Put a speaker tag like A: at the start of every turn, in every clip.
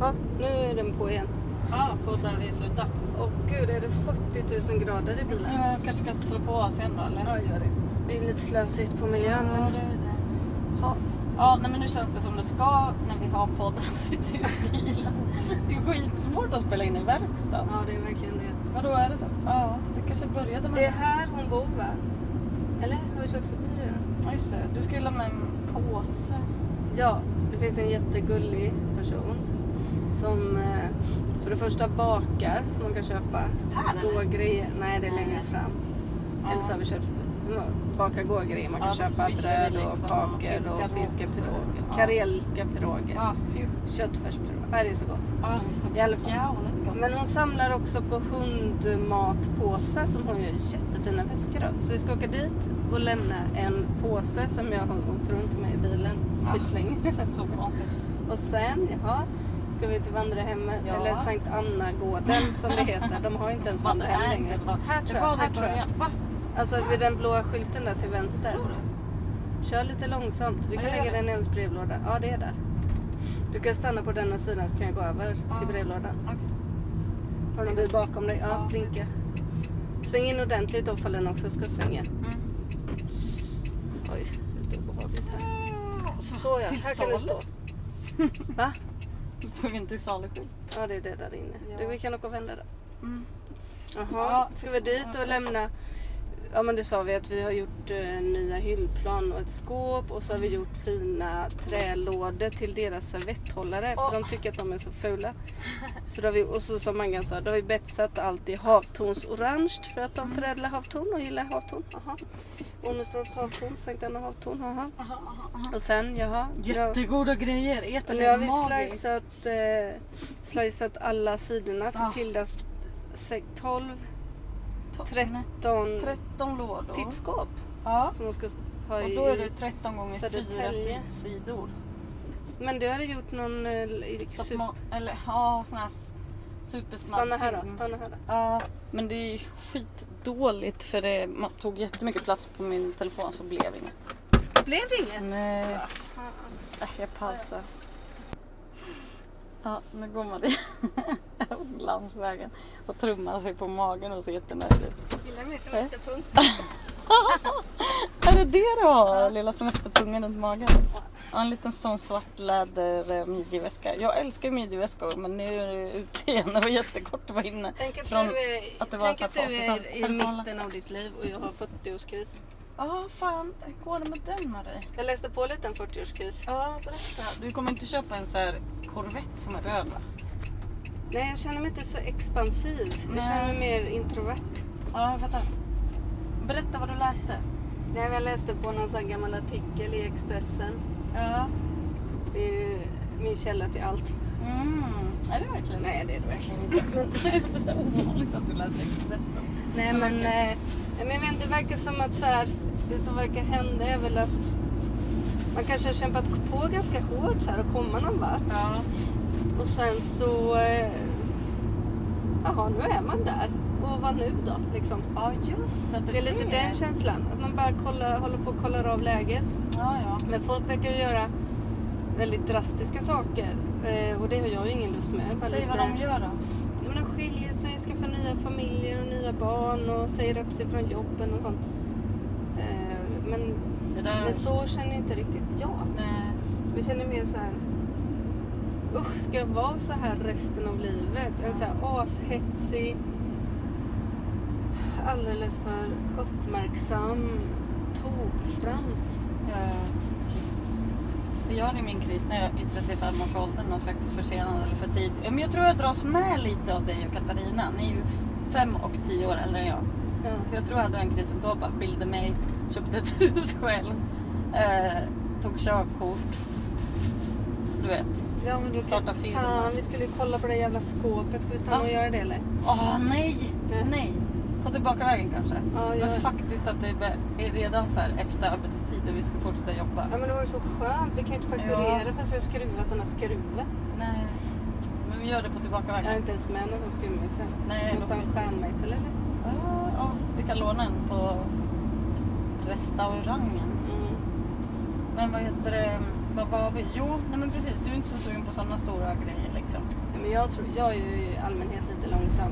A: Ja, nu är den på igen.
B: Ja, på där vi slutar.
A: Åh gud, är det 40 000 grader i bilen?
B: Jag Eh, kanske ska slå på sen då eller?
A: gör det. Det är lite slösigt på
B: Ja,
A: miljön.
B: det
A: Men...
B: är det.
A: Ja.
B: Ja, nej, men nu känns det som det ska när vi har podden sitter i bilen. Det är skitsvårt att spela in i verkstaden.
A: ja, det är verkligen det.
B: Vadå, är det så? Ja, det kanske började med...
A: Det är här hon bor va? Eller? Har vi kört förbi det då?
B: Ja, Just det, du ska ju lämna en påse.
A: Ja, det finns en jättegullig person som eh, för det första bakar som man kan köpa
B: Här, eller?
A: gågrejer. Nej, det är längre
B: Nej.
A: fram. Eller så har vi kört förbi. Så Bakar gågrejer. Man kan
B: Ja,
A: köpa
B: swishar vi
A: bröd och
B: liksom finska
A: kakor och finska
B: rågor.
A: piroger.
B: Ja.
A: Karelska piroger.
B: Ja, ju.
A: Köttfärspiroger. Nej, det är så gott.
B: Ja, det är så
A: I alla fall.
B: jävligt gott.
A: Men hon samlar också på hundmatpåsar som hon gör jättefina väskor av. Så vi ska åka dit och lämna en påse som jag har åkt runt med i bilen
B: Ja.
A: skitlänge.
B: Det känns så konstigt.
A: Och sen, jaha, ska vi till vandrarhemmet,
B: Ja.
A: eller Sankt Anna-gården som det heter. De har ju inte ens vandrarhem
B: Nej,
A: längre.
B: inte vad-
A: Här
B: Det
A: tror
B: var
A: jag,
B: det
A: här tror jag.
B: början. Va?
A: Alltså vid den blåa skylten där till vänster.
B: Tror du?
A: Kör lite långsamt. Vi
B: Ja,
A: kan
B: jag
A: lägga
B: gör det.
A: den i ens brevlåda. Ja, det är där. Du kan stanna på denna sidan så kan jag gå över
B: Ja.
A: till brevlådan.
B: Okej.
A: Har du en bil bakom dig? Ja,
B: Ja.
A: blinka. Sväng in ordentligt då ifall den också ska svänga.
B: Mm.
A: Oj, lite obehagligt här. Såja,
B: Alltså, till
A: här kan du stå.
B: salu.
A: Va?
B: Du stod inte i salskylt.
A: Ja, det är det där inne.
B: Ja.
A: Du, vi kan åka och vända där.
B: Mm.
A: Jaha,
B: Ja,
A: ska vi dit och lämna? Ja men det sa vi att vi har gjort eh, nya hyllplan och ett skåp och så har vi
B: Mm.
A: gjort fina trälådor till deras servetthållare
B: Åh.
A: för de tycker att de är så fula. Så då har vi, och så som Mangan sa, då har vi betsat allt i havtornsorange för att
B: Mm.
A: de förädlar havtorn och gillar havtorn. Jaha. Ornestorps havtorn, Sankt Anna havtorn, jaha.
B: Aha, aha, aha.
A: Och sen jaha. nu har-
B: Jättegoda grejer.
A: och
B: Äter
A: nu har vi
B: magiskt.
A: slicat, eh, slicat alla sidorna till
B: Ah.
A: Tildas sek- 12
B: To- nej,
A: 13
B: 13 lådor.
A: tittskåp
B: Ja.
A: som hon ska s- ha
B: Och
A: i.
B: då är det 13 gånger 4
A: Södertälje.
B: sidor.
A: Men du hade gjort någon... eh, l- i-
B: Så att
A: sup-
B: man, eller ja, sån här s- supersnabb
A: Stanna här då,
B: film.
A: stanna här då.
B: Ja, men det är ju skitdåligt för det man tog jättemycket plats på min telefon så blev inget.
A: Blev det inget?
B: Nej.
A: Ah,
B: Äh, jag pausar. Ja, nu går man i landsvägen och trummar sig på magen och ser jättenöjd ut.
A: Gillar min
B: semesterpung. Är det det du har? Lilla semesterpungen runt magen? Ja, en liten sån svart läder eh, midjeväska. Jag älskar ju midjeväskor men nu är det ute igen. Det var jättekort att vara inne.
A: Tänk att
B: Från
A: du är,
B: att det var
A: tänk
B: så här
A: att du
B: på
A: är
B: 80-talet.
A: i mitten av ditt liv och jag har 40-årskris.
B: Ja, fan. Hur går det med den med dig?
A: Jag läste på lite om 40-årskris.
B: Ja, berätta. Du kommer inte köpa en så här Corvette som är röd va?
A: Nej, jag känner mig inte så expansiv. Jag
B: Nej.
A: känner mig mer introvert.
B: Ja, jag fattar. Berätta vad du läste.
A: Nej, men jag läste på någon sån här gammal artikel i Expressen.
B: Ja.
A: Det är ju min källa till allt.
B: Mm. Är det verkligen
A: Nej, det är det verkligen inte.
B: det? är så ovanligt att du läser Expressen.
A: Nej men, eh, men jag vet inte, det verkar som att så här, det som verkar hända är väl att man kanske har kämpat på ganska hårt så här och komma någon vart.
B: Ja.
A: Och sen så, eh, jaha nu är man där. Och vad nu då liksom?
B: Ja, just det.
A: Det är lite den känslan, att man bara kollar, håller på och kollar av läget.
B: Ja, ja.
A: Men folk verkar ju göra väldigt drastiska saker eh, och det har jag ju ingen lust med. Bara
B: Säg vad
A: lite-
B: de gör då.
A: Ja, men de skiljer sig, skaffar nya familjer och nya barn och säger upp sig från jobben och sånt. Eh, Men,
B: Det där...
A: men så känner inte riktigt jag.
B: Nej.
A: Jag känner mer så här... Usch, ska jag vara så här resten av livet? En så här ashetsig, alldeles för uppmärksam tokfrans.
B: Ja, ja. Jag hade min kris när jag i 35-årsåldern, någon slags försenad eller för tid. Ja, Men jag tror jag dras med lite av dig och Katarina. Ni är ju fem och tio år äldre än jag.
A: Ja.
B: Så jag tror jag hade den krisen då. Bara skilde mig, köpte ett hus själv, eh, tog körkort. Du vet.
A: Ja, men du
B: Starta film.
A: Fan, vi skulle ju kolla på det jävla skåpet. Ska vi stanna
B: Va?
A: och göra det eller?
B: Åh nej!
A: Nej.
B: Nej! På tillbakavägen kanske.
A: Ja, jag-
B: Men faktiskt att det är- är redan så här efter arbetstid och vi ska fortsätta jobba.
A: Ja men det var ju så skönt. Vi kan ju inte fakturera förrän vi har skruvat den här skruven.
B: Nej. Men vi gör det på tillbakavägen.
A: Jag är inte ens med någon sån skruvmejsel.
B: Nej,
A: Måste ha en
B: de-
A: stjärnmejsel eller?
B: Ah, ja, vi kan låna en på restaurangen.
A: Mm.
B: Men vad heter det? Vad var vi? Jo, nej men precis. Du är inte så sugen på sådana stora grejer liksom.
A: Ja, Men jag, tror, jag är ju i allmänhet lite långsam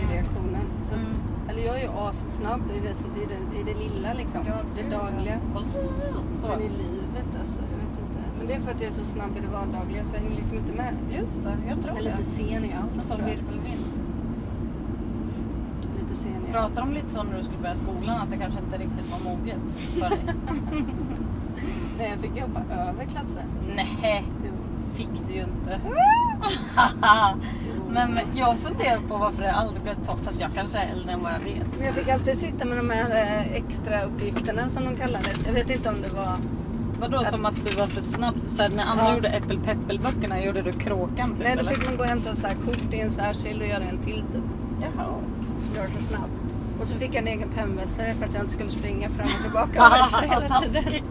A: i
B: Mm.
A: reaktionen. Så att,
B: Mm. eller
A: Eller jag är ju assnabb i det, i det, i det lilla liksom. det dagliga.
B: Och så.
A: Men i livet alltså, jag vet inte. Men det är för att jag är så snabb i det vardagliga så jag hänger liksom inte med.
B: Just det, jag tror
A: Jag är
B: det.
A: lite sen i allt
B: Som
A: tror jag.
B: virvelvind.
A: Lite sen i allt.
B: Pratade de lite så när du skulle börja skolan att det kanske inte riktigt var moget för dig?
A: Nej, jag fick jobba över klasser.
B: Nej,
A: Jo.
B: fick du ju inte. Men jag funderar på varför det aldrig blev topp. Fast jag kanske är äldre än vad jag vet.
A: Men jag fick alltid sitta med de här eh, extra uppgifterna som de kallades. Jag vet inte om det var...
B: Vadå
A: Att-
B: som att du var för snabb? Så här, när Anna
A: Ja.
B: gjorde äppelpeppelböckerna gjorde du kråkan typ
A: Nej, då
B: eller?
A: fick man gå och hämta så här kort i en särskild och göra en till typ.
B: Jaha.
A: Jag var så snabb. Och så fick jag en egen pennvässare för att jag inte skulle springa fram och tillbaka och bärsa hela tiden.
B: Taskigt.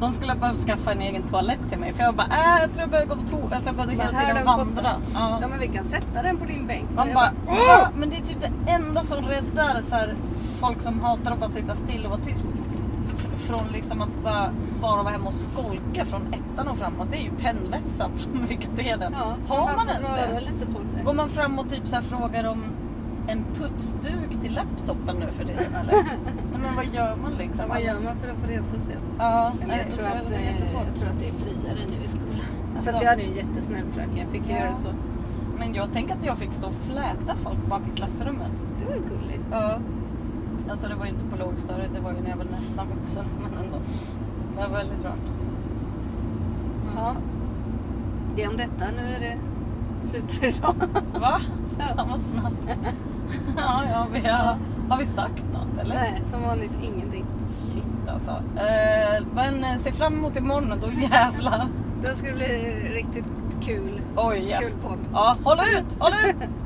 B: De skulle ha behövt skaffa en egen toalett till mig för jag bara äh, jag tror jag behöver gå på toa. Alltså jag behövde
A: Man
B: hela
A: hör
B: tiden
A: den
B: vandra. Ja.
A: Ja, men vi kan sätta den på din bänk.
B: Man
A: Men
B: bara,
A: jag "Äh!"
B: "Åh!" men det är typ det enda som räddar så här, folk som hatar att bara sitta still och vara tyst. F- Från liksom att bara, bara vara hemma och skolka från ettan och framåt. Det är ju pennvässan från vikateden.
A: Ja,
B: Har man
A: får
B: ens
A: röra
B: det?
A: lite på sig.
B: Går man fram och typ så här frågar om en putsduk till laptopen nu för tiden eller? Nej, men vad gör man liksom?
A: Vad gör man för att få resa sig upp?
B: Ja,
A: Men
B: nej,
A: jag, tror
B: det
A: att,
B: är
A: eh,
B: jättesvårt.
A: jag tror att det är friare nu i skolan.
B: Alltså-
A: Fast jag hade ju en jättesnäll fröken. Jag fick ju
B: Ja.
A: göra så.
B: Men jag tänker att jag fick stå och fläta folk bak i klassrummet.
A: Det var gulligt.
B: Ja. Alltså det var ju inte på lågstadiet, det var ju när jag var nästan vuxen. Men ändå. Det var väldigt rart.
A: Ja. Det är om detta. Nu är det slut för idag.
B: Va? Fan vad snabbt. ja, ja, vi har, har vi sagt något eller?
A: Nej, som vanligt ingenting.
B: Shit alltså. Eh, men eh, se fram emot imorgon, då jävlar.
A: Då ska det bli riktigt kul.
B: Oj, ja.
A: Kul podd.
B: ja. Håll ut, håll ut!